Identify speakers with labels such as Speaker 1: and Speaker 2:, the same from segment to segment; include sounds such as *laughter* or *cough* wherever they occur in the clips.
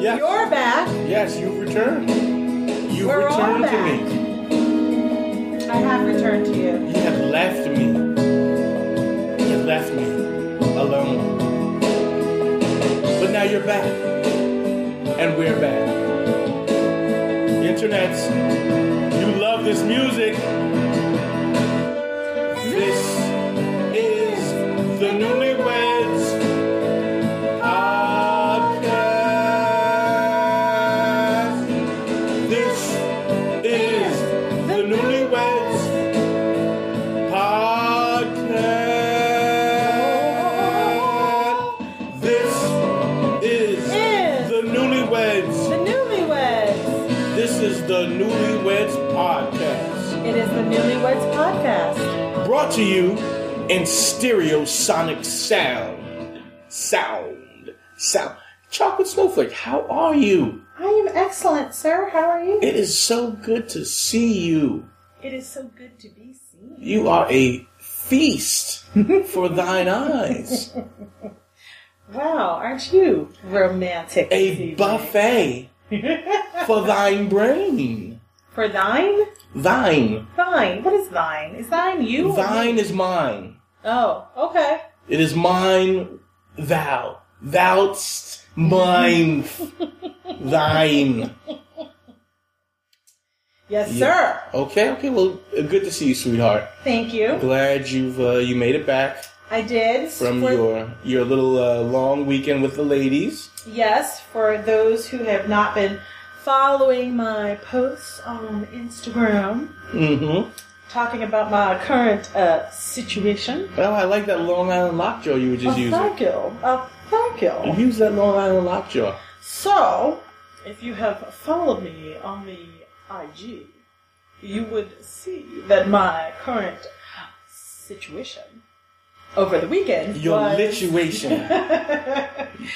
Speaker 1: Yeah.
Speaker 2: You're back.
Speaker 1: Yes, you returned. You
Speaker 2: We're all
Speaker 1: returned to
Speaker 2: back.
Speaker 1: me.
Speaker 2: I have returned to you.
Speaker 1: You have left me. You left me alone. But now you're back. And we're back. Internets, you love this music. This is the Newlyweds Podcast. This is the Newlyweds Podcast. This is
Speaker 2: Is
Speaker 1: the Newlyweds.
Speaker 2: The Newlyweds.
Speaker 1: This is the Newlyweds Podcast.
Speaker 2: It is the Newlyweds podcast.
Speaker 1: Brought to you in stereosonic sound. Sound. Sound. Chocolate Snowflake, how are you?
Speaker 2: I am excellent, sir. How are you?
Speaker 1: It is so good to see you.
Speaker 2: It is so good to be seen.
Speaker 1: You are a feast *laughs* for thine eyes,
Speaker 2: Wow, aren't you romantic? this
Speaker 1: a
Speaker 2: evening?
Speaker 1: buffet for thine brain.
Speaker 2: For thine?
Speaker 1: Thine,
Speaker 2: Thine. What is thine? Is thine you? or
Speaker 1: thine
Speaker 2: me?
Speaker 1: is mine.
Speaker 2: Oh, okay.
Speaker 1: It is mine, thou. Thou'st mine, thine.
Speaker 2: Yes,
Speaker 1: Yeah.
Speaker 2: sir.
Speaker 1: Okay, okay. Well, uh, good to see you, sweetheart.
Speaker 2: Thank you.
Speaker 1: Glad you've uh, you made it back
Speaker 2: I did.
Speaker 1: from
Speaker 2: for,
Speaker 1: your your little uh, long weekend with the ladies.
Speaker 2: Yes, for those who have not been following my posts on Instagram,
Speaker 1: Mm-hmm.
Speaker 2: talking about my current uh, situation.
Speaker 1: Well, I like that Long Island Lockjaw you were just
Speaker 2: Oh,
Speaker 1: using.
Speaker 2: thank you. Oh, thank you.
Speaker 1: Use that Long Island Lockjaw.
Speaker 2: So, if you have followed me on the IG, you would see that my current situation over the weekend
Speaker 1: Your
Speaker 2: was-
Speaker 1: lituation.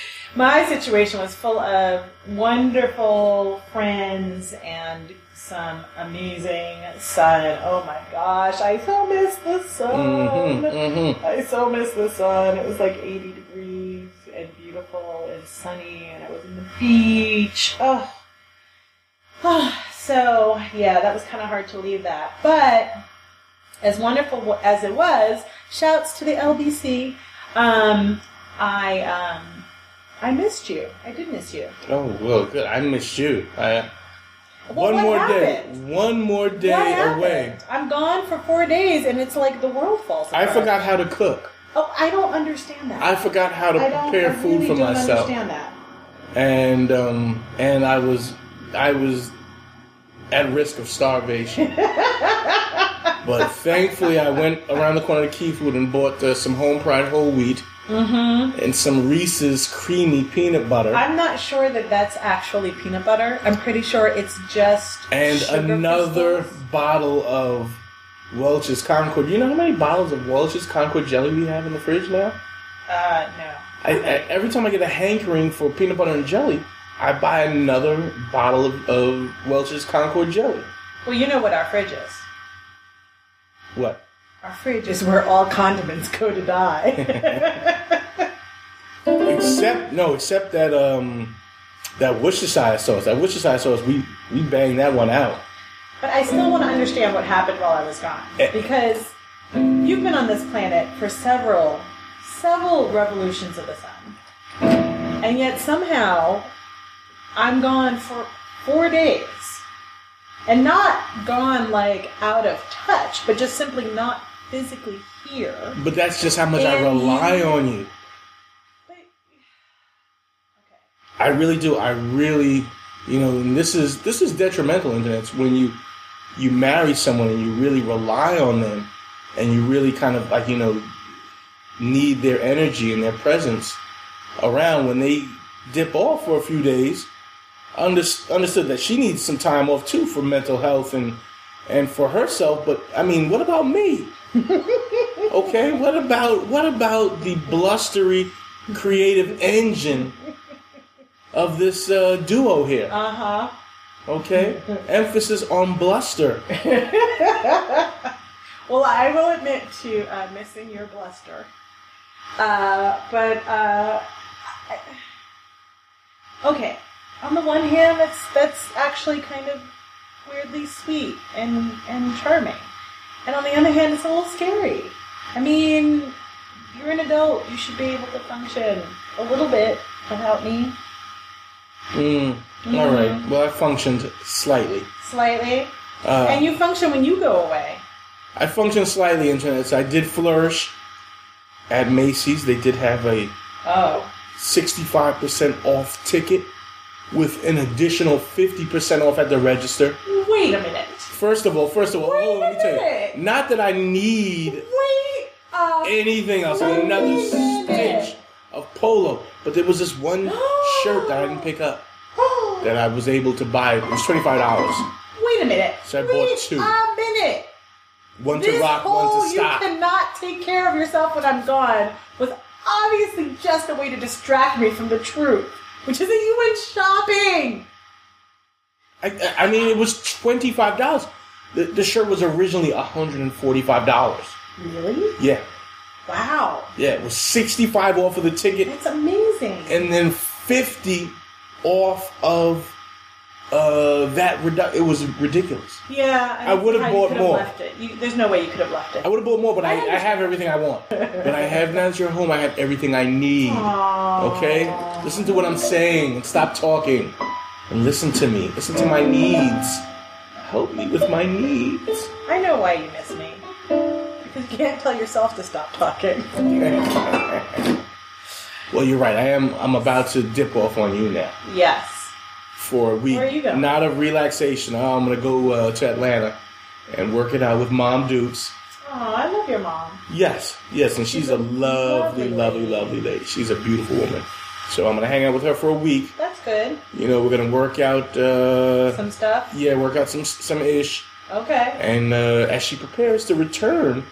Speaker 2: *laughs* my situation was full of wonderful friends and some amazing sun. Oh my gosh, I so miss the sun.
Speaker 1: Mm-hmm, mm-hmm.
Speaker 2: I so miss the sun. It was like 80 degrees and beautiful and sunny, and I was in the beach. Oh. so, yeah, that was kind of hard to leave that. But as wonderful wa- as it was, shouts to the LBC. Um, I um, I missed you. I did miss you.
Speaker 1: Oh well, good. I missed you. I,
Speaker 2: Well,
Speaker 1: one
Speaker 2: what
Speaker 1: more
Speaker 2: happened?
Speaker 1: day. One more day
Speaker 2: What happened?
Speaker 1: away.
Speaker 2: I'm gone for four days, and it's like the world falls
Speaker 1: I
Speaker 2: apart.
Speaker 1: forgot how to cook.
Speaker 2: Oh, I don't understand that.
Speaker 1: I forgot how to
Speaker 2: I don't.
Speaker 1: prepare
Speaker 2: I
Speaker 1: food
Speaker 2: really
Speaker 1: for
Speaker 2: don't
Speaker 1: myself.
Speaker 2: understand that.
Speaker 1: and um, and I was I was at risk of starvation.
Speaker 2: *laughs*
Speaker 1: but thankfully, I went around the corner to Key Food and bought uh, some home fried whole wheat and some Reese's creamy peanut butter.
Speaker 2: I'm not sure that that's actually peanut butter. I'm pretty sure it's just
Speaker 1: and
Speaker 2: sugar
Speaker 1: another
Speaker 2: crystals.
Speaker 1: bottle of Welch's Concord. You know how many bottles of Welch's Concord jelly we have in the fridge now?
Speaker 2: Uh, no.
Speaker 1: I, I, every time I get a hankering for peanut butter and jelly, I buy another bottle of, of Welch's Concord jelly.
Speaker 2: Well, you know what our fridge is.
Speaker 1: What?
Speaker 2: Our fridge is where all condiments go to die. *laughs*
Speaker 1: Except no, except that um that Worcestershire sauce. That Worcestershire sauce, we we banged that one out.
Speaker 2: but I still want to understand what happened while I was gone
Speaker 1: Eh.
Speaker 2: because you've been on this planet for several, several revolutions of the sun, and yet somehow I'm gone for four days. And not gone like out of touch, but just simply not physically here.
Speaker 1: But that's just how much I
Speaker 2: And you-
Speaker 1: rely on you.
Speaker 2: But
Speaker 1: I really do. I really, you know, and this is this is detrimental. Internet's when you you marry someone and you really rely on them, and you really kind of like you know need their energy and their presence around when they dip off for a few days. Under, understood that she needs some time off too for mental health and and for herself. But I mean, what about me? okay, what about what about the blustery creative engine of this uh, duo here?
Speaker 2: Uh huh.
Speaker 1: Okay, emphasis on bluster.
Speaker 2: Well, I will admit to uh, missing your bluster. Uh, but, uh, I, okay. on the one hand, that's that's actually kind of weirdly sweet and and charming, and on the other hand, it's a little scary. I mean, you're an adult; you should be able to function a little bit without me,
Speaker 1: Mm, all right. Well, I functioned slightly.
Speaker 2: slightly.
Speaker 1: Uh,
Speaker 2: and you function when you go away.
Speaker 1: I functioned slightly, internet. So I did flourish at Macy's. They did have a
Speaker 2: Oh,
Speaker 1: 65% off ticket with an additional 50% off at the register.
Speaker 2: wait a minute.
Speaker 1: First of all, first of all,
Speaker 2: Wait
Speaker 1: oh, let
Speaker 2: a
Speaker 1: me tell
Speaker 2: minute.
Speaker 1: you, not that I need
Speaker 2: Wait uh, a
Speaker 1: anything else, another stitch of polo, but there was this
Speaker 2: *gasps*
Speaker 1: one shirt that I didn't pick up
Speaker 2: oh.
Speaker 1: that I was able to buy. It was $25.
Speaker 2: Wait a minute.
Speaker 1: So I bought
Speaker 2: Wait
Speaker 1: two.
Speaker 2: a minute.
Speaker 1: One to
Speaker 2: This
Speaker 1: rock,
Speaker 2: whole
Speaker 1: one to
Speaker 2: you
Speaker 1: stop.
Speaker 2: cannot take care of yourself when I'm gone was obviously just a way to distract me from the truth, which is that you went shopping.
Speaker 1: I, I- I mean, it was $25. The, the shirt was originally $145.
Speaker 2: Really?
Speaker 1: Yeah,
Speaker 2: Wow.
Speaker 1: yeah, it was 65 off of the ticket.
Speaker 2: That's amazing.
Speaker 1: and then 50 off of uh, that redu- it was ridiculous
Speaker 2: yeah,
Speaker 1: I would've
Speaker 2: how you
Speaker 1: bought
Speaker 2: could have
Speaker 1: more.
Speaker 2: Left it. You, there's no way you could have left it.
Speaker 1: i would have bought more but I,
Speaker 2: I
Speaker 1: I,
Speaker 2: understand.
Speaker 1: have everything i want when i have now that you're home i have everything i need
Speaker 2: Aw.
Speaker 1: okay listen to what i'm saying and stop talking and listen to me listen to my needs help me with my needs
Speaker 2: I know why you miss me. Because you can't tell yourself to stop talking.
Speaker 1: well you're right i am i'm about to dip off on you now
Speaker 2: Yes.
Speaker 1: for a week.
Speaker 2: Where are you going?
Speaker 1: Not of relaxation. Oh, I'm gonna go uh, to Atlanta and work it out with Mom Dukes.
Speaker 2: Oh, I love your mom.
Speaker 1: Yes, yes, and she's a lovely, lovely, lovely lady. She's a beautiful woman. So I'm gonna hang out with her for a week.
Speaker 2: That's good.
Speaker 1: You know, we're gonna work out. Uh,
Speaker 2: Some stuff.
Speaker 1: yeah, work out some some ish,
Speaker 2: Okay.
Speaker 1: and uh, as she prepares to return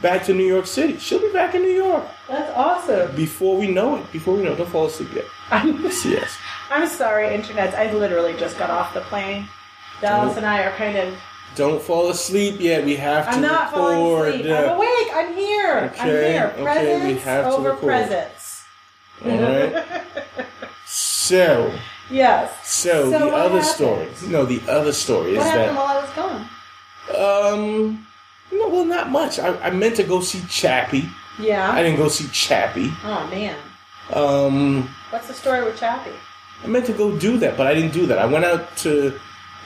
Speaker 1: back to New York City, she'll be back in New York
Speaker 2: That's awesome.
Speaker 1: before we know it. Before we know, it. don't fall asleep yet.
Speaker 2: I'm,
Speaker 1: Yes.
Speaker 2: I'm sorry, internet. I literally just got off the plane. Dallas
Speaker 1: Don't-
Speaker 2: and I are kind of.
Speaker 1: Don't fall asleep yet. We have to
Speaker 2: I'm not
Speaker 1: record.
Speaker 2: falling asleep. I'm
Speaker 1: uh,
Speaker 2: awake. I'm here. I'm
Speaker 1: Okay,
Speaker 2: here.
Speaker 1: okay, we
Speaker 2: Presence
Speaker 1: have to
Speaker 2: over
Speaker 1: record.
Speaker 2: presence.
Speaker 1: All right. So,
Speaker 2: *laughs* yes.
Speaker 1: so,
Speaker 2: So
Speaker 1: the
Speaker 2: what
Speaker 1: other
Speaker 2: happened?
Speaker 1: story. No, the other story
Speaker 2: What
Speaker 1: is
Speaker 2: happened
Speaker 1: that
Speaker 2: while I was gone?
Speaker 1: um, no, well, not much. I, I meant to go see Chappie. I
Speaker 2: Yeah.
Speaker 1: didn't go see Chappie.
Speaker 2: Oh man.
Speaker 1: Um,
Speaker 2: What's the story with Chappie?
Speaker 1: I meant to go do that, but I didn't do that. I went out to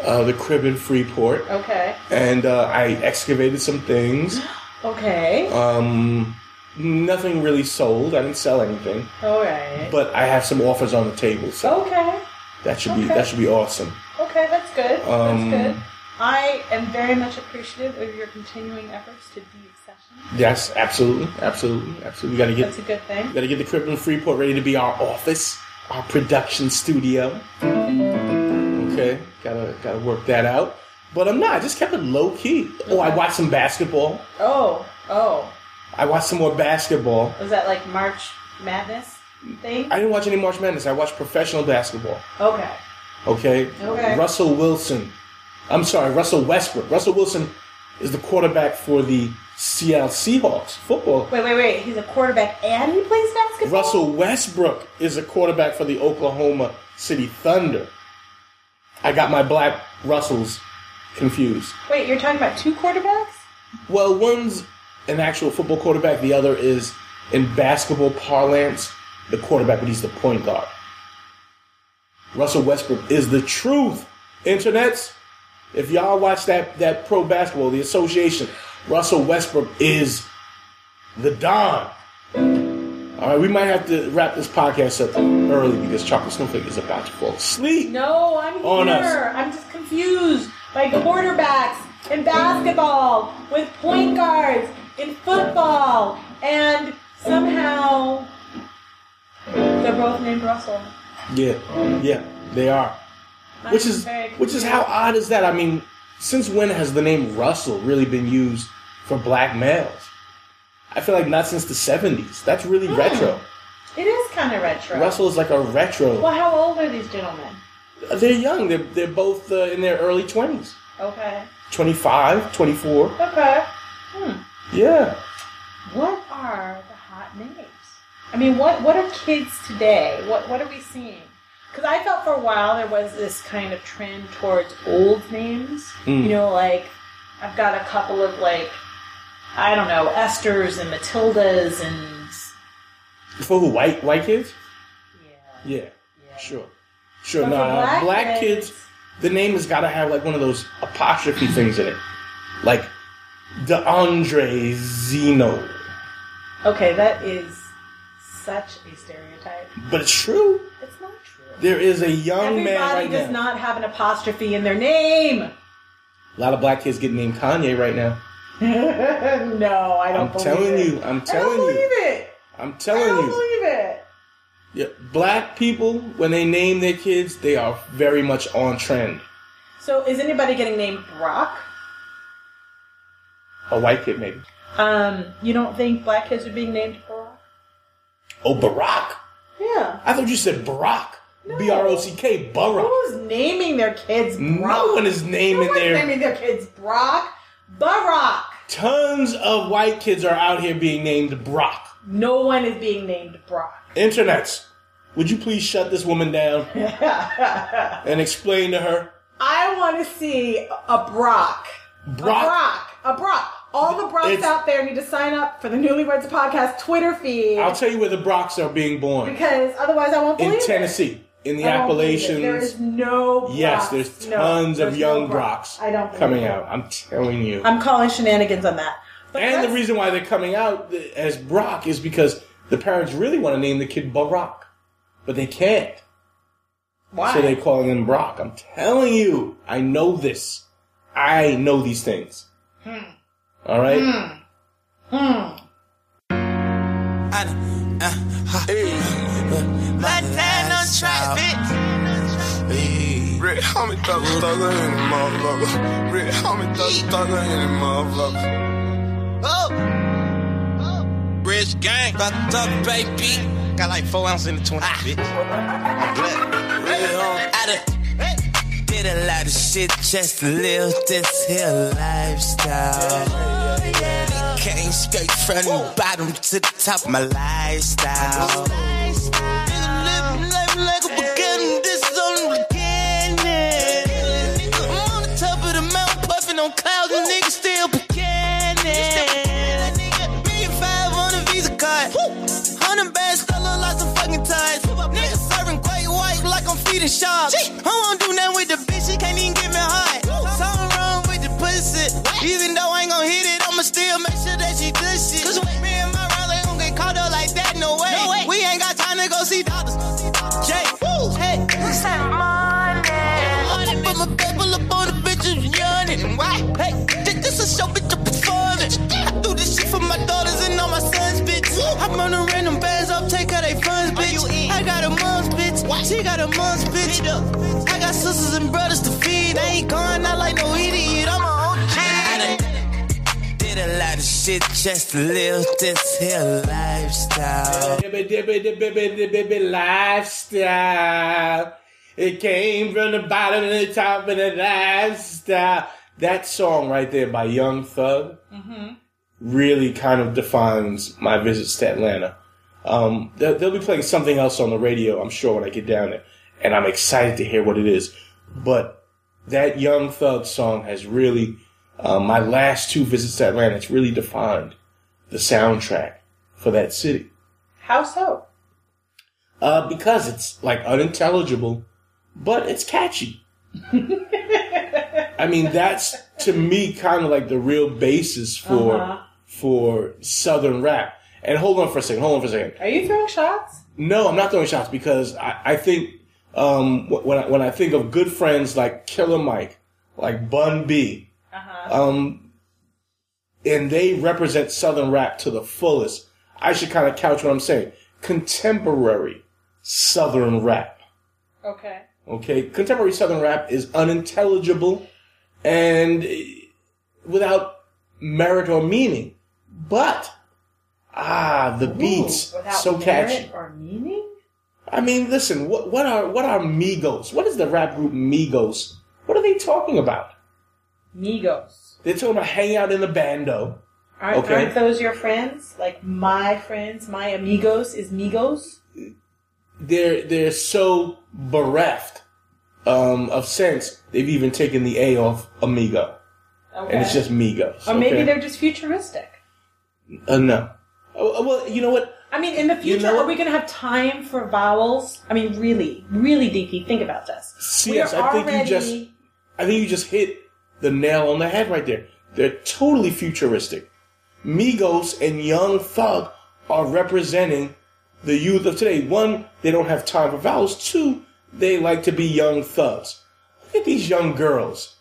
Speaker 1: uh, the crib in Freeport
Speaker 2: Okay.
Speaker 1: and uh, I excavated some things.
Speaker 2: Okay.
Speaker 1: Um, nothing really sold. I didn't sell anything,
Speaker 2: All right.
Speaker 1: but I have some offers on the table, so
Speaker 2: Okay.
Speaker 1: that should be
Speaker 2: Okay.
Speaker 1: that should be awesome.
Speaker 2: Okay, that's good.
Speaker 1: Um,
Speaker 2: that's good. I am very much appreciative of your continuing efforts to de-accession.
Speaker 1: Yes, absolutely, absolutely, absolutely. We got to get
Speaker 2: That's a good thing.
Speaker 1: Gotta get the crib in Freeport ready to be our office, our production studio. Okay, gotta gotta work that out. But I'm not. I just kept it low key. Oh, I watched some basketball.
Speaker 2: Oh, oh,
Speaker 1: I watched some more basketball.
Speaker 2: was that like March Madness thing?
Speaker 1: I didn't watch any March Madness. I watched professional basketball.
Speaker 2: okay,
Speaker 1: Okay.
Speaker 2: Okay.
Speaker 1: Russell Wilson. I'm sorry, Russell Westbrook. Russell Wilson is the quarterback for the Seattle Seahawks football.
Speaker 2: wait, wait, wait. He's a quarterback and he plays basketball.
Speaker 1: Russell Westbrook is a quarterback for the Oklahoma City Thunder. I got my black Russells confused.
Speaker 2: Wait, you're talking about two quarterbacks?
Speaker 1: Well, one's an actual football quarterback, the other is, in basketball parlance, the quarterback, but he's the point guard. Russell Westbrook is the truth, internets. If y'all watch that, that pro basketball, the association, Russell Westbrook is the Don. All right, we might have to wrap this podcast up early because Chocolate Snowflake is about to fall asleep.
Speaker 2: No, I'm
Speaker 1: On
Speaker 2: here.
Speaker 1: us.
Speaker 2: I'm just confused by quarterbacks in basketball with point guards in football, and somehow they're both named Russell.
Speaker 1: Yeah, yeah, they are.
Speaker 2: I'm
Speaker 1: which is
Speaker 2: very
Speaker 1: which is how odd is that? I mean, since when has the name Russell really been used for black males? I feel like not since the seventies. That's really
Speaker 2: Hmm.
Speaker 1: retro.
Speaker 2: confused. it is kind of retro.
Speaker 1: Russell is like a retro.
Speaker 2: Well, how old are these gentlemen?
Speaker 1: They're young. They're they're both uh, in their early twenties.
Speaker 2: Okay.
Speaker 1: 25, 24.
Speaker 2: Okay. Hmm.
Speaker 1: Yeah.
Speaker 2: What are the hot names? I mean, what what are kids today? What what are we seeing? Because I felt for a while there was this kind of trend towards old names.
Speaker 1: Mm.
Speaker 2: You know, like I've got a couple of like I don't know Esther's and Matildas and
Speaker 1: For who? White white kids?
Speaker 2: yeah,
Speaker 1: Yeah,
Speaker 2: yeah.
Speaker 1: sure, sure.
Speaker 2: But
Speaker 1: no,
Speaker 2: for
Speaker 1: black, kids. The name has got to have like one of those apostrophe things in it, like DeAndre Zeno.
Speaker 2: Okay, that is such a stereotype.
Speaker 1: But it's true.
Speaker 2: It's not true.
Speaker 1: There is a young
Speaker 2: Everybody
Speaker 1: man right
Speaker 2: does
Speaker 1: now.
Speaker 2: not have an apostrophe in their name.
Speaker 1: a lot of black kids get named Kanye right now.
Speaker 2: *laughs* no, I don't
Speaker 1: I'm
Speaker 2: believe
Speaker 1: telling
Speaker 2: it.
Speaker 1: you. I'm
Speaker 2: I don't
Speaker 1: telling
Speaker 2: believe
Speaker 1: you.
Speaker 2: it.
Speaker 1: I'm
Speaker 2: I
Speaker 1: telling
Speaker 2: don't
Speaker 1: you.
Speaker 2: believe it.
Speaker 1: Yeah, black people when they name their kids, they are very much on trend.
Speaker 2: So is anybody getting named Brock?
Speaker 1: A white kid maybe.
Speaker 2: Um, you don't think black kids are being named Brock?
Speaker 1: Oh, Barack.
Speaker 2: Yeah.
Speaker 1: I thought you said Barack.
Speaker 2: No.
Speaker 1: B R O C K. Barack.
Speaker 2: Who's naming their kids Brock?
Speaker 1: No one is
Speaker 2: No
Speaker 1: naming
Speaker 2: one's
Speaker 1: their
Speaker 2: naming their kids Brock. Barack.
Speaker 1: Tons of white kids are out here being named Brock.
Speaker 2: No one is being named Brock.
Speaker 1: Internets, would you please shut this woman
Speaker 2: *laughs*
Speaker 1: down
Speaker 2: I
Speaker 1: and explain to her?
Speaker 2: want to see a- a Brock.
Speaker 1: Brock.
Speaker 2: A Brock. A Brock. All the Brocks
Speaker 1: It's-
Speaker 2: out there need to sign up for the Newlyweds Podcast Twitter feed
Speaker 1: I'll tell you where the Brocks are being born.
Speaker 2: because otherwise I won't believe
Speaker 1: In
Speaker 2: it.
Speaker 1: Tennessee, in the
Speaker 2: I don't believe it. There
Speaker 1: Appalachians.
Speaker 2: is no. Brock.
Speaker 1: Yes, there's
Speaker 2: No,
Speaker 1: tons of
Speaker 2: there's
Speaker 1: young
Speaker 2: no
Speaker 1: Brocks
Speaker 2: I don't believe
Speaker 1: coming
Speaker 2: it.
Speaker 1: out. I'm telling you.
Speaker 2: I'm calling shenanigans on that. But
Speaker 1: and the
Speaker 2: that's-
Speaker 1: reason why they're coming out as Brock is because the parents really want to name the kid Barack, but they can't.
Speaker 2: why?
Speaker 1: So they calling him Brock. I'm telling you, I know this. I know these things.
Speaker 2: Hmm.
Speaker 1: All right.
Speaker 3: I done, uh, huh. My nine on track, bitch.
Speaker 4: Rick, how many thugs thugger in the motherfucker? Rick, how many thugs thugger in the motherfucker?
Speaker 3: Oh. Rich gang. About to talk, baby. Got like four ounces in the 20, bitch. I'm black. Real on. I done did a lot of shit just to live this here lifestyle. Came straight from the bottom to the top of my lifestyle. Living life like a beginning, this is only beginning. Nigga, I'm on the top of the mountain, puffing on clouds, and nigga still beginning. Million five on a Visa card, hundred bands, color lots of fucking ties. Nigga serving great white like I'm feeding sharks. I won't do nothing with the bitch, she can't even get me hot. Something wrong with the pussy, even though I ain't gon' hit it, I'ma still make sure that she does shit. Cause me and my Riley don't get caught up like that, no way. We ain't got time to go see doctors. Jay, woo, hey, money. Put my people up on the bitches yawning. And why? Hey, th- this is show bitch a performance. I do this shit for my daughters and all my sons, bitch. I'm on the random bands up, take out they funds, bitch. I got a mom's bitch. She got a mom's bitch. I got sisters and brothers to feed. I ain't going out like no idiot. I'm a OG. I done did a lot of shit just to live this here lifestyle.
Speaker 1: Dibby, dibby, dibby, dibby, dibby lifestyle. It came from the bottom to the top of the lifestyle. That song right there by Young Thug really kind of defines my visits to Atlanta. Um, they'll, they'll be playing something else on the radio, I'm sure, when I get down there, and I'm excited to hear what it is. But that Young Thug song has really, uh, my last two visits to Atlanta, it's really defined the soundtrack for that city.
Speaker 2: How so?
Speaker 1: Uh, because it's like unintelligible, but it's catchy. I mean, that's to me kind of like the real basis for
Speaker 2: Uh-huh.
Speaker 1: for southern rap. And hold on for a second. Hold on for a second.
Speaker 2: Are you throwing shots?
Speaker 1: No, I'm not throwing shots because I, I think um, wh- when I, when I think of good friends like Killer Mike, like Bun B,
Speaker 2: Uh-huh.
Speaker 1: um, and they represent Southern rap to the fullest. I should kind of couch what I'm saying: contemporary Southern rap.
Speaker 2: Okay.
Speaker 1: Okay, contemporary Southern rap is unintelligible and eh, without merit or meaning, but ah, the beats
Speaker 2: Ooh, without
Speaker 1: so
Speaker 2: merit
Speaker 1: catchy.
Speaker 2: or meaning?
Speaker 1: I mean, listen. What what are what are Migos? What is the rap group Migos? What are they talking about?
Speaker 2: Migos.
Speaker 1: They're talking about hanging out in the bando.
Speaker 2: Aren't,
Speaker 1: Okay.
Speaker 2: aren't those your friends? Like my friends, my amigos is Migos.
Speaker 1: they're they're so bereft um, of sense. They've even taken the A off Amigo,
Speaker 2: Okay.
Speaker 1: and it's just Migos.
Speaker 2: or maybe
Speaker 1: okay?
Speaker 2: they're just futuristic.
Speaker 1: uh, no. Oh, well, you know what?
Speaker 2: I mean, in the future,
Speaker 1: know-
Speaker 2: are we going to have time for vowels? I mean, really, really, DP, think about this.
Speaker 1: See,
Speaker 2: We
Speaker 1: yes,
Speaker 2: are
Speaker 1: I think you
Speaker 2: already-
Speaker 1: just I think you just hit the nail on the head right there. They're totally futuristic. Migos and Young Thug are representing the youth of today. One, they don't have time for vowels. Two, they like to be young thugs. Look at these young girls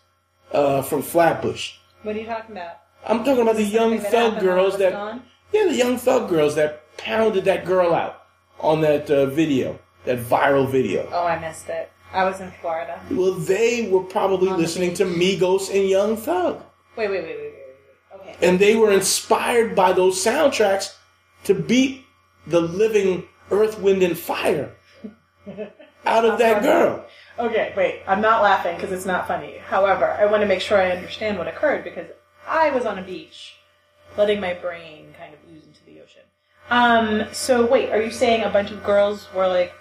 Speaker 1: uh, from Flatbush.
Speaker 2: What are you talking about?
Speaker 1: I'm talking about the young
Speaker 2: Something that
Speaker 1: thug
Speaker 2: happened while I
Speaker 1: girls
Speaker 2: was
Speaker 1: that
Speaker 2: gone?
Speaker 1: yeah, the young thug girls that pounded that girl out on that uh, video, that viral video.
Speaker 2: Oh, I missed it. I was in Florida.
Speaker 1: Well, they were probably
Speaker 2: On the
Speaker 1: listening
Speaker 2: beach.
Speaker 1: to Migos and Young Thug.
Speaker 2: Wait, wait, wait, wait, wait, wait, wait. Okay.
Speaker 1: And they were inspired by those soundtracks to beat the living earth, wind, and fire out of that girl.
Speaker 2: Okay, wait. I'm not laughing because it's not funny. However, I want to make sure I understand what occurred because I was on a beach, letting my brain kind of ooze into the ocean. Um. So wait, are you saying a bunch of girls were like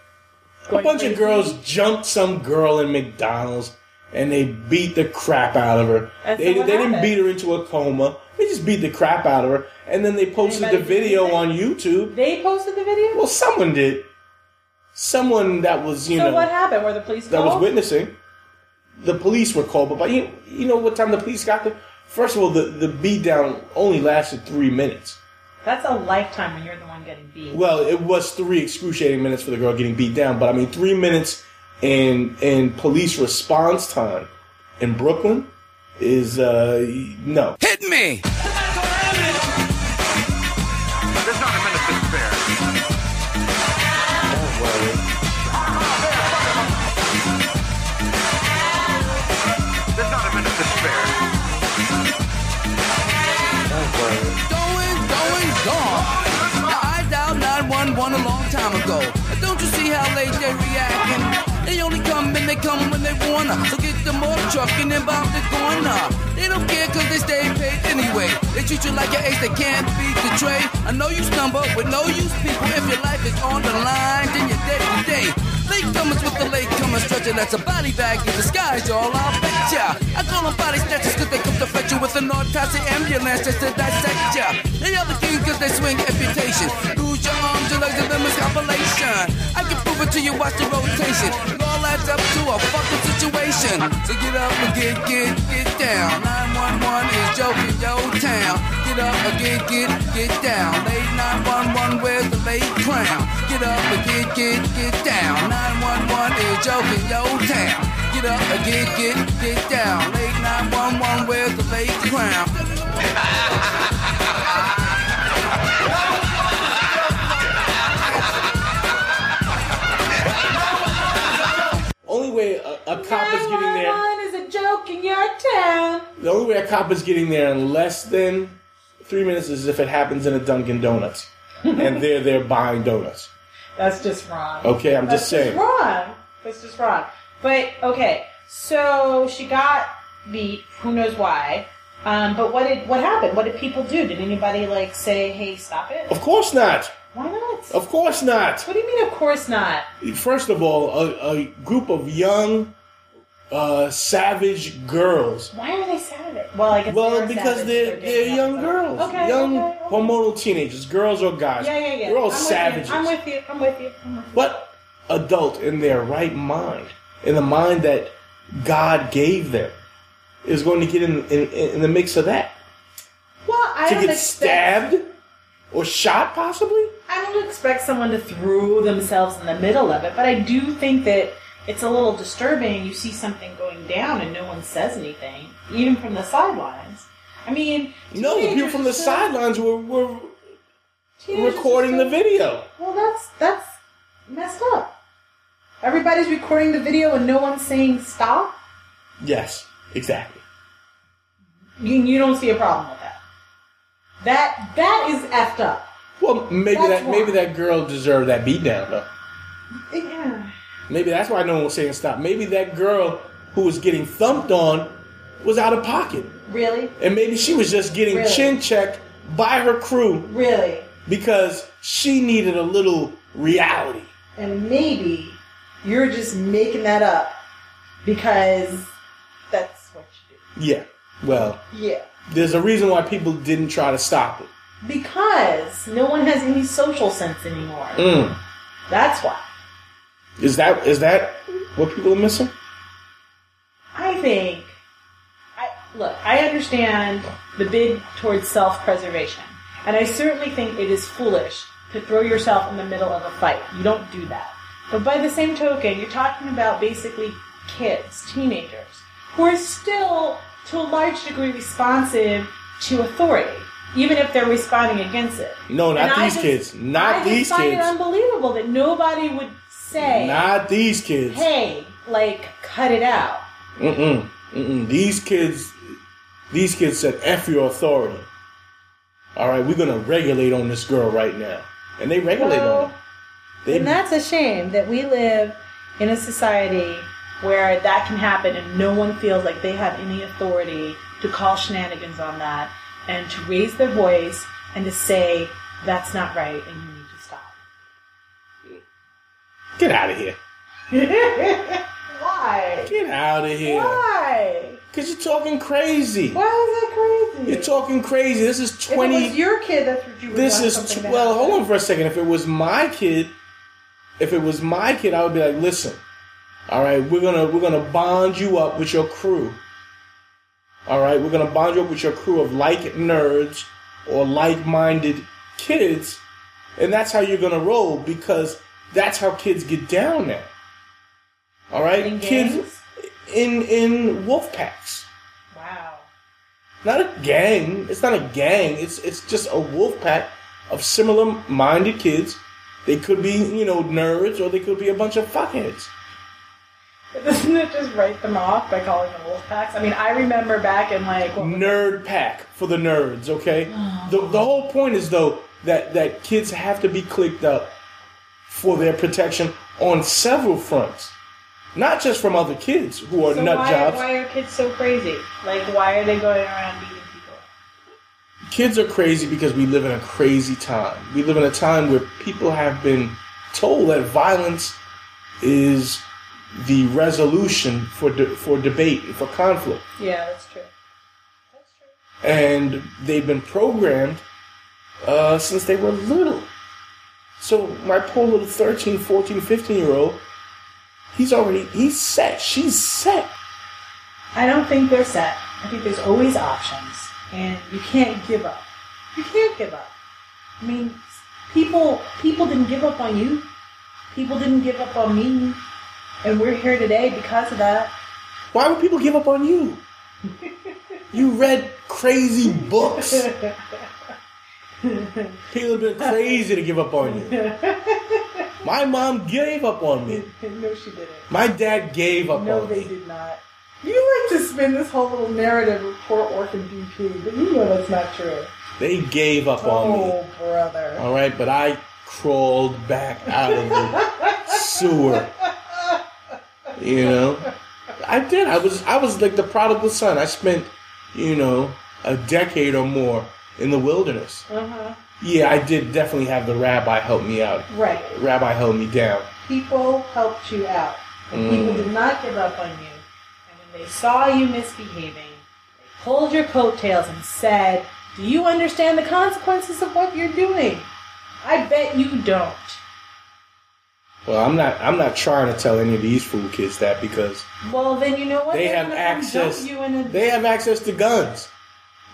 Speaker 1: A
Speaker 2: going
Speaker 1: bunch of
Speaker 2: crazy?
Speaker 1: girls jumped some girl in McDonald's and they beat the crap out of her.
Speaker 2: And so
Speaker 1: they
Speaker 2: what
Speaker 1: they didn't
Speaker 2: happened?
Speaker 1: beat her into a coma. They just beat the crap out of her. And then they posted
Speaker 2: Anybody
Speaker 1: the
Speaker 2: do
Speaker 1: video
Speaker 2: anything?
Speaker 1: on YouTube.
Speaker 2: They posted the video.
Speaker 1: Well, someone did. Someone that was, you
Speaker 2: so
Speaker 1: know.
Speaker 2: what happened? Were the police
Speaker 1: that
Speaker 2: called?
Speaker 1: was witnessing. The police were called, but by you, you know what time the police got there? First of all, the, the beatdown only lasted three minutes.
Speaker 2: That's a lifetime when you're the one getting beat.
Speaker 1: Well, it was three excruciating minutes for the girl getting beat down, but I mean, three minutes in, in police response time in Brooklyn is, uh, no.
Speaker 5: Hit me!
Speaker 6: There's not a minute to spare. There's not a minute to spare.
Speaker 5: Going, going, gone. Now I dialed 911 a long time ago. But don't you see how late they're reacting? They only come and they come when they wanna. So get the motor truck and then bomb the corner. They don't care cause they stay paid anyway. They treat you like an ace, they can't beat the tray. I know you stumble with no use people. If your life is on the line, then you're dead today. Late comers with the late comers, stretching that's a body bag in disguise, y'all. I'll bet ya. I call them body snatchers cause they come to fetch you with an autopsy ambulance just to dissect ya. They are the king cause they swing amputation. Lose your arms, your legs, and limbs, compilation. I can prove it to you, watch the rotation. It all adds up to a fucking situation. So get up and get, get, get down. 911 is joking, yo town. Get up and get, get, get down. Late 911, where's the late crown? Get up and get, get, get down. 911 is joking, yo town. Get up and get, get, get down. Late 911, where's the late crown?
Speaker 1: Only way a, a cop is getting there,
Speaker 2: 911 is a joke in your town.
Speaker 1: the only way a cop is getting there in less than three minutes is if it happens in a Dunkin' Donuts. and they're there buying donuts.
Speaker 2: That's just wrong.
Speaker 1: Okay, I'm
Speaker 2: That's
Speaker 1: just saying.
Speaker 2: wrong. That's just wrong. But okay, so she got beat. Who knows why? Um, but what did what happened? What did people do? Did anybody like say, "Hey, stop it"?
Speaker 1: Of course not.
Speaker 2: Why not?
Speaker 1: Of course not.
Speaker 2: what do you mean? Of course not.
Speaker 1: First of all, a, a group of young, uh, savage girls.
Speaker 2: Why are they savage? Well, I guess they
Speaker 1: Well,
Speaker 2: are
Speaker 1: because
Speaker 2: savage,
Speaker 1: they're they're
Speaker 2: dating
Speaker 1: young
Speaker 2: outside.
Speaker 1: girls,
Speaker 2: Okay,
Speaker 1: young
Speaker 2: okay, okay.
Speaker 1: hormonal teenagers, girls or guys.
Speaker 2: Yeah, yeah, yeah.
Speaker 1: They're
Speaker 2: I'm
Speaker 1: all
Speaker 2: with you.
Speaker 1: savages.
Speaker 2: I'm with you. I'm with you. I'm with you.
Speaker 1: What adult in their right mind, in the mind that God gave them, is going to get in in, in the mix of that
Speaker 2: Well, I
Speaker 1: to
Speaker 2: don't
Speaker 1: get
Speaker 2: expect-
Speaker 1: stabbed or shot, possibly?
Speaker 2: I don't expect someone to throw themselves in the middle of it, but I do think that it's a little disturbing. You see something going down and no one says anything, even from the sidelines. I mean,
Speaker 1: No, the people
Speaker 2: teenagers
Speaker 1: from the
Speaker 2: are still-
Speaker 1: sidelines were were
Speaker 2: teenagers are
Speaker 1: recording the
Speaker 2: still-
Speaker 1: video.
Speaker 2: Well, that's that's messed up. Everybody's recording the video and no one's saying stop.
Speaker 1: Yes, exactly.
Speaker 2: You, you don't see a problem with that. That that is effed up.
Speaker 1: Well, maybe
Speaker 2: That's
Speaker 1: that maybe
Speaker 2: why.
Speaker 1: that girl deserved that beatdown though.
Speaker 2: Yeah.
Speaker 1: Maybe that's why no one was saying stop. Maybe that girl who was getting thumped on was out of pocket,
Speaker 2: Really,
Speaker 1: and maybe she was just getting
Speaker 2: Really?
Speaker 1: chin checked by her crew
Speaker 2: really.
Speaker 1: because she needed a little reality.
Speaker 2: and maybe you're just making that up because that's what you
Speaker 1: Yeah. Well,
Speaker 2: do. Yeah.
Speaker 1: there's a reason why people didn't try to stop it.
Speaker 2: Because no one has any social sense anymore.
Speaker 1: Mm.
Speaker 2: That's why.
Speaker 1: Is that is that what people are missing?
Speaker 2: I think. I look. I understand the bid towards self-preservation, and I certainly think it is foolish to throw yourself in the middle of a fight. You don't do that. But by the same token, you're talking about basically kids, teenagers, who are still, to a large degree, responsive to authority, even if they're responding against it.
Speaker 1: No, not
Speaker 2: And I
Speaker 1: these
Speaker 2: just-
Speaker 1: kids. Not
Speaker 2: I just
Speaker 1: these
Speaker 2: find
Speaker 1: kids.
Speaker 2: it unbelievable that nobody would say,
Speaker 1: Not these kids.
Speaker 2: "Hey, like, cut it out."
Speaker 1: Mm-mm. Mm-mm. These kids, these kids said, "F your authority." All right, we're gonna regulate on this girl right now, and they regulate
Speaker 2: Well,
Speaker 1: on. Her. They
Speaker 2: And that's a shame that we live in a society where that can happen and no one feels like they have any authority to call shenanigans on that and to raise their voice and to say, that's not right and you need to stop.
Speaker 1: get out of here.
Speaker 2: *laughs* Why?
Speaker 1: Get out of here.
Speaker 2: Why?
Speaker 1: Cause you're talking crazy.
Speaker 2: Why is that crazy?
Speaker 1: You're talking crazy. This is
Speaker 2: if it was
Speaker 1: twenty.
Speaker 2: your kid, that's what you would
Speaker 1: This
Speaker 2: want
Speaker 1: is
Speaker 2: something
Speaker 1: tw-
Speaker 2: to
Speaker 1: well.
Speaker 2: happen.
Speaker 1: Hold on for a second. If it was my kid, if it was my kid, I would be like, listen, all right, we're gonna we're gonna bond you up with your crew. All right, we're gonna bond you up with your crew of like nerds or like-minded kids, and that's how you're gonna roll because that's how kids get down now. All right,
Speaker 2: In
Speaker 1: kids
Speaker 2: gangs?
Speaker 1: in in wolf packs
Speaker 2: Wow. *laughs*
Speaker 1: not a gang. It's not a gang. It's it's just a wolf pack of similar minded kids. They could be, you know, nerds or they could be a bunch of fuckheads.
Speaker 2: But doesn't it just write them off by calling them wolf packs? I mean, I remember back in like what was
Speaker 1: Nerd pack for the nerds, okay?
Speaker 2: Oh.
Speaker 1: The the whole point is though that that kids have to be clicked up for their protection on several fronts. Not just from other kids who are
Speaker 2: So
Speaker 1: nut
Speaker 2: why,
Speaker 1: jobs.
Speaker 2: why are kids so crazy? Like, why are they going around beating people?
Speaker 1: kids are crazy because we live in a crazy time. We live in a time where people have been told that violence is the resolution for de- for debate and for conflict,
Speaker 2: Yeah, that's true. That's true.
Speaker 1: and they've been programmed uh, since they were little. So my poor little 13, 14, 15 year old, he's already he's set. She's set.
Speaker 2: I don't think they're set. I think there's always options, and you can't give up. You can't give up. I mean, people people didn't give up on you. People didn't give up on me, and we're here today because of that. *laughs*
Speaker 1: Why would people give up on you? you read crazy books. People have been crazy to give up on you. My mom gave up on me.
Speaker 2: no, she didn't.
Speaker 1: My dad gave up
Speaker 2: No,
Speaker 1: on
Speaker 2: they
Speaker 1: me.
Speaker 2: did not. You like to spin this whole little narrative of poor orphan BP, but you know that's not true.
Speaker 1: They gave up on me.
Speaker 2: Oh, brother.
Speaker 1: All right, but I crawled back out of the sewer. You know, I did. I was I was like the prodigal son. I spent, you know, a decade or more in the wilderness.
Speaker 2: Uh-huh.
Speaker 1: Yeah, I did definitely have the rabbi help me out.
Speaker 2: Right.
Speaker 1: Rabbi held me down.
Speaker 2: People helped you out.
Speaker 1: Mm.
Speaker 2: And people did not give up on you. And when they saw you misbehaving, they pulled your coattails and said, Do you understand the consequences of what you're doing? I bet you don't.
Speaker 1: Well, I'm not. I'm not trying to tell any of these fool kids that because
Speaker 2: Well, then you know what?
Speaker 1: they
Speaker 2: They're
Speaker 1: have
Speaker 2: gonna come dump
Speaker 1: access.
Speaker 2: You in a,
Speaker 1: They have access to guns.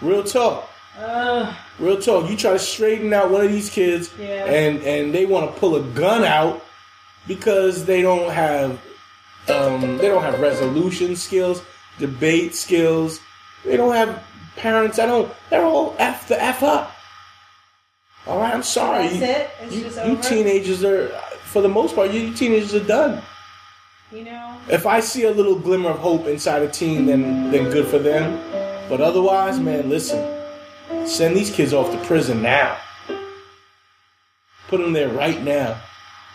Speaker 1: Real talk.
Speaker 2: Ugh.
Speaker 1: Real talk. You try to straighten out one of these kids,
Speaker 2: Yeah.
Speaker 1: and and they want to pull a gun out because they don't have um, they don't have resolution skills, debate skills. They don't have parents. I don't. They're all f the f up. All right, I'm sorry.
Speaker 2: That's
Speaker 1: You-
Speaker 2: it? It's
Speaker 1: you,
Speaker 2: just
Speaker 1: you
Speaker 2: over?
Speaker 1: teenagers are, for the most part, you, you teenagers are done.
Speaker 2: you know?
Speaker 1: If I see a little glimmer of hope inside a teen, then then good for them. But otherwise, man, listen, send these kids off to prison now. Put them there right now.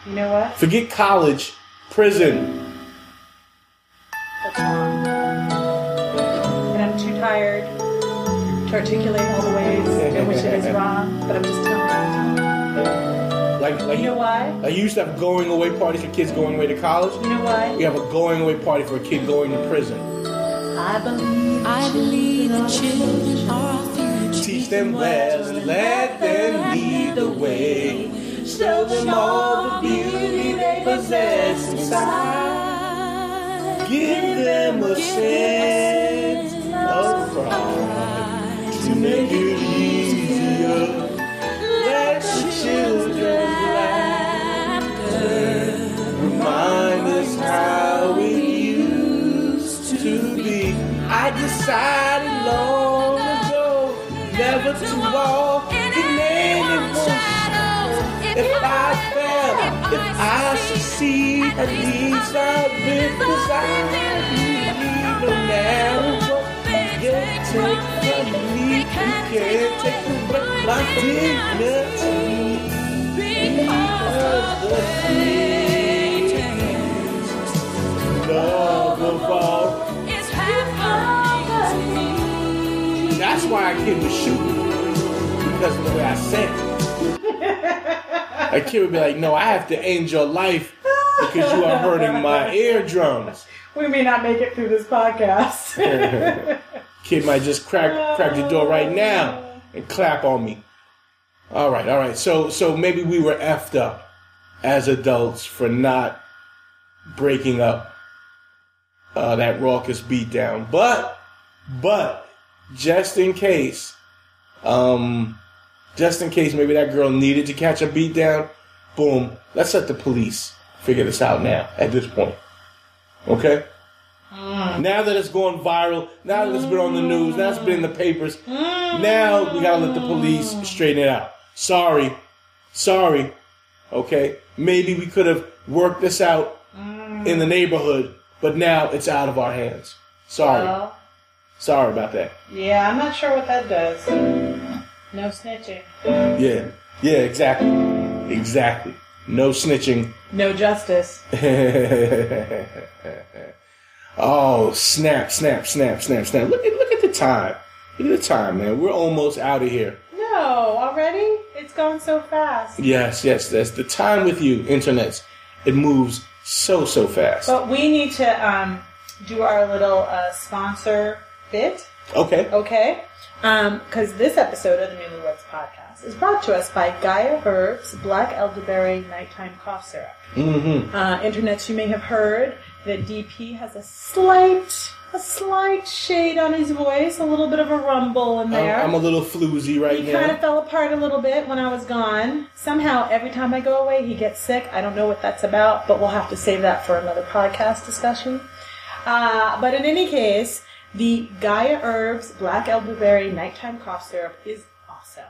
Speaker 2: You know what?
Speaker 1: Forget college, prison.
Speaker 2: That's wrong. And I'm too tired to articulate all the ways in which it is wrong, but I'm just telling you.
Speaker 1: Like event. Like,
Speaker 2: You know why?
Speaker 1: Like you used to have going away parties for kids going away to college.
Speaker 2: You know why?
Speaker 1: We have a going away party for a kid going to prison.
Speaker 2: I believe.
Speaker 6: I believe the children are our future.
Speaker 1: Teach them well and let them lead the way.
Speaker 2: Show them all the beauty they possess inside.
Speaker 6: inside.
Speaker 1: Give them a sense of pride to make it easier. Let the children's laughter remind us how it used to be. I decided long ago never to walk in anyone's
Speaker 6: shadow.
Speaker 1: if I fail, if I succeed, at least I'll live because I believe no matter what you take from me, you can't take away my dignity. Because the sweetest love of all. That's why a kid was shooting because of the way I said it. a kid would be like, "No, I have to end your life because you are hurting my eardrums."
Speaker 2: We may not make it through this podcast.
Speaker 1: *laughs* Kid might just crack crack the door right now and clap on me. All right, all right. So so maybe we were effed up as adults for not breaking up uh, that raucous beatdown, but but just in case, um, just in case maybe that girl needed to catch a beatdown, boom. Let's let the police figure this out now. At this point, okay. Now that it's gone viral, now that it's been on the news, now it's been in the papers, now we gotta let the police straighten it out. Sorry. Sorry. Okay? Maybe we could have worked this out in the neighborhood, but now it's out of our hands. Sorry.
Speaker 2: *laughs* Well,
Speaker 1: Sorry about that.
Speaker 2: yeah, I'm not sure what that does. No snitching.
Speaker 1: Yeah. Yeah, exactly. Exactly. No snitching.
Speaker 2: No justice.
Speaker 1: *laughs* oh, snap, snap, snap, snap, snap. Look at look at the time. Look at the time, man. We're almost out of here.
Speaker 2: No, already? It's gone so fast.
Speaker 1: Yes, yes, that's the time with you, internets. It moves so so fast.
Speaker 2: But we need to um, do our little uh, sponsor bit.
Speaker 1: Okay.
Speaker 2: Okay. Because this episode of the Newlyweds Podcast is brought to us by Gaia Herbs Black Elderberry Nighttime Cough Syrup. Mm-hmm. Uh, internets, you may have heard that DP has a slight, a slight shade on his voice, a little bit of a rumble in there.
Speaker 1: I'm, I'm a little floozy right
Speaker 2: he
Speaker 1: now.
Speaker 2: kind of fell apart a little bit when I was gone. Somehow, every time I go away, he gets sick. I don't know what that's about, but we'll have to save that for another podcast discussion. Uh, but in any case, the Gaia Herbs Black Elderberry Nighttime Cough Syrup is awesome.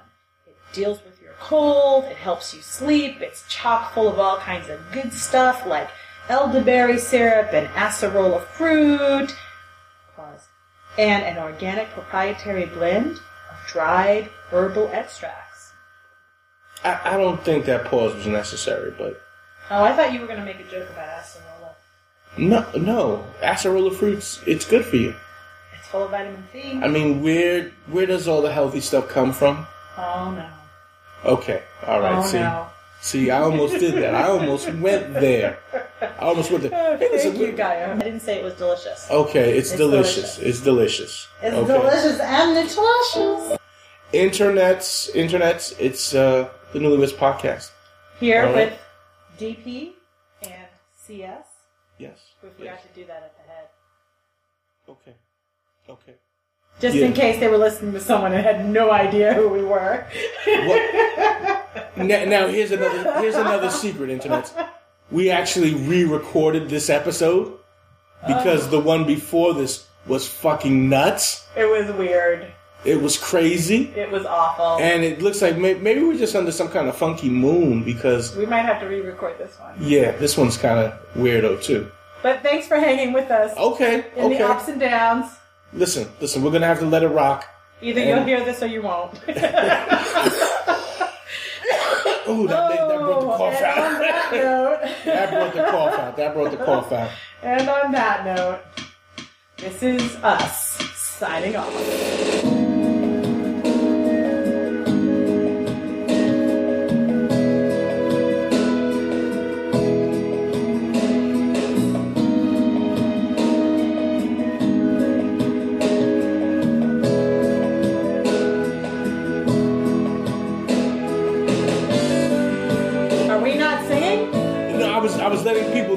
Speaker 2: It deals with your cold, it helps you sleep, it's chock full of all kinds of good stuff like elderberry syrup and acerola fruit. Pause and an organic proprietary blend of dried herbal extracts.
Speaker 1: I, I don't think that pause was necessary, but
Speaker 2: Oh, I thought you were going to make a joke about acerola.
Speaker 1: no, no, acerola fruits. It's good for you.
Speaker 2: It's full of vitamin C.
Speaker 1: I mean, where where does all the healthy stuff come from?
Speaker 2: oh no.
Speaker 1: Okay, all right.
Speaker 2: Oh
Speaker 1: see,
Speaker 2: no.
Speaker 1: see, I almost did that. I almost went there. I almost went there.
Speaker 2: Oh,
Speaker 1: Hey, listen,
Speaker 2: thank you,
Speaker 1: we-
Speaker 2: Gaia. I didn't say it was delicious.
Speaker 1: Okay, it's,
Speaker 2: It's
Speaker 1: delicious.
Speaker 2: delicious.
Speaker 1: It's delicious.
Speaker 2: It's
Speaker 1: Oh, okay.
Speaker 2: delicious and nutritious.
Speaker 1: Internets, internets. It's uh, the Newlyweds podcast.
Speaker 2: Here
Speaker 1: All right.
Speaker 2: with DP and CS.
Speaker 1: Yes.
Speaker 2: We
Speaker 1: yes.
Speaker 2: forgot to do that at the head.
Speaker 1: Okay. Okay.
Speaker 2: Just in
Speaker 1: Yeah.
Speaker 2: case they were listening to someone and had no idea who we were. *laughs*
Speaker 1: What? now, now here's another here's another secret, internet. We actually re-recorded this episode
Speaker 2: Uh-huh.
Speaker 1: because the one before this was fucking nuts.
Speaker 2: It was weird.
Speaker 1: It was crazy,
Speaker 2: It was awful.
Speaker 1: and it looks like may- maybe we're just under some kind of funky moon because
Speaker 2: we might have to re-record this one.
Speaker 1: yeah, this one's kind of weirdo too.
Speaker 2: But thanks for hanging with us
Speaker 1: Okay.
Speaker 2: in
Speaker 1: Oh, okay.
Speaker 2: the ups and downs.
Speaker 1: listen, listen. We're gonna have to let it rock.
Speaker 2: Either
Speaker 1: And-
Speaker 2: you'll hear this or you
Speaker 1: *laughs*
Speaker 2: won't.
Speaker 1: Ooh, that, that, that brought the
Speaker 2: Oh,
Speaker 1: cough
Speaker 2: *laughs* and on
Speaker 1: out.
Speaker 2: that note,
Speaker 1: *laughs* that brought the cough out. That brought the cough out.
Speaker 2: and on that note, this is us signing off.
Speaker 6: I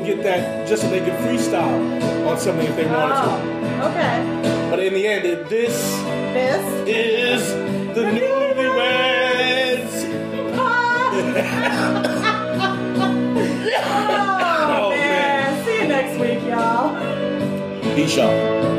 Speaker 1: get that just so they could freestyle on something if they wanted to.
Speaker 2: Oh, okay.
Speaker 1: But in the end, it, this
Speaker 2: This.
Speaker 1: is the newlyweds.
Speaker 2: oh,
Speaker 1: Oh,
Speaker 2: man. See Oh, you next week, y'all.
Speaker 1: Peace out.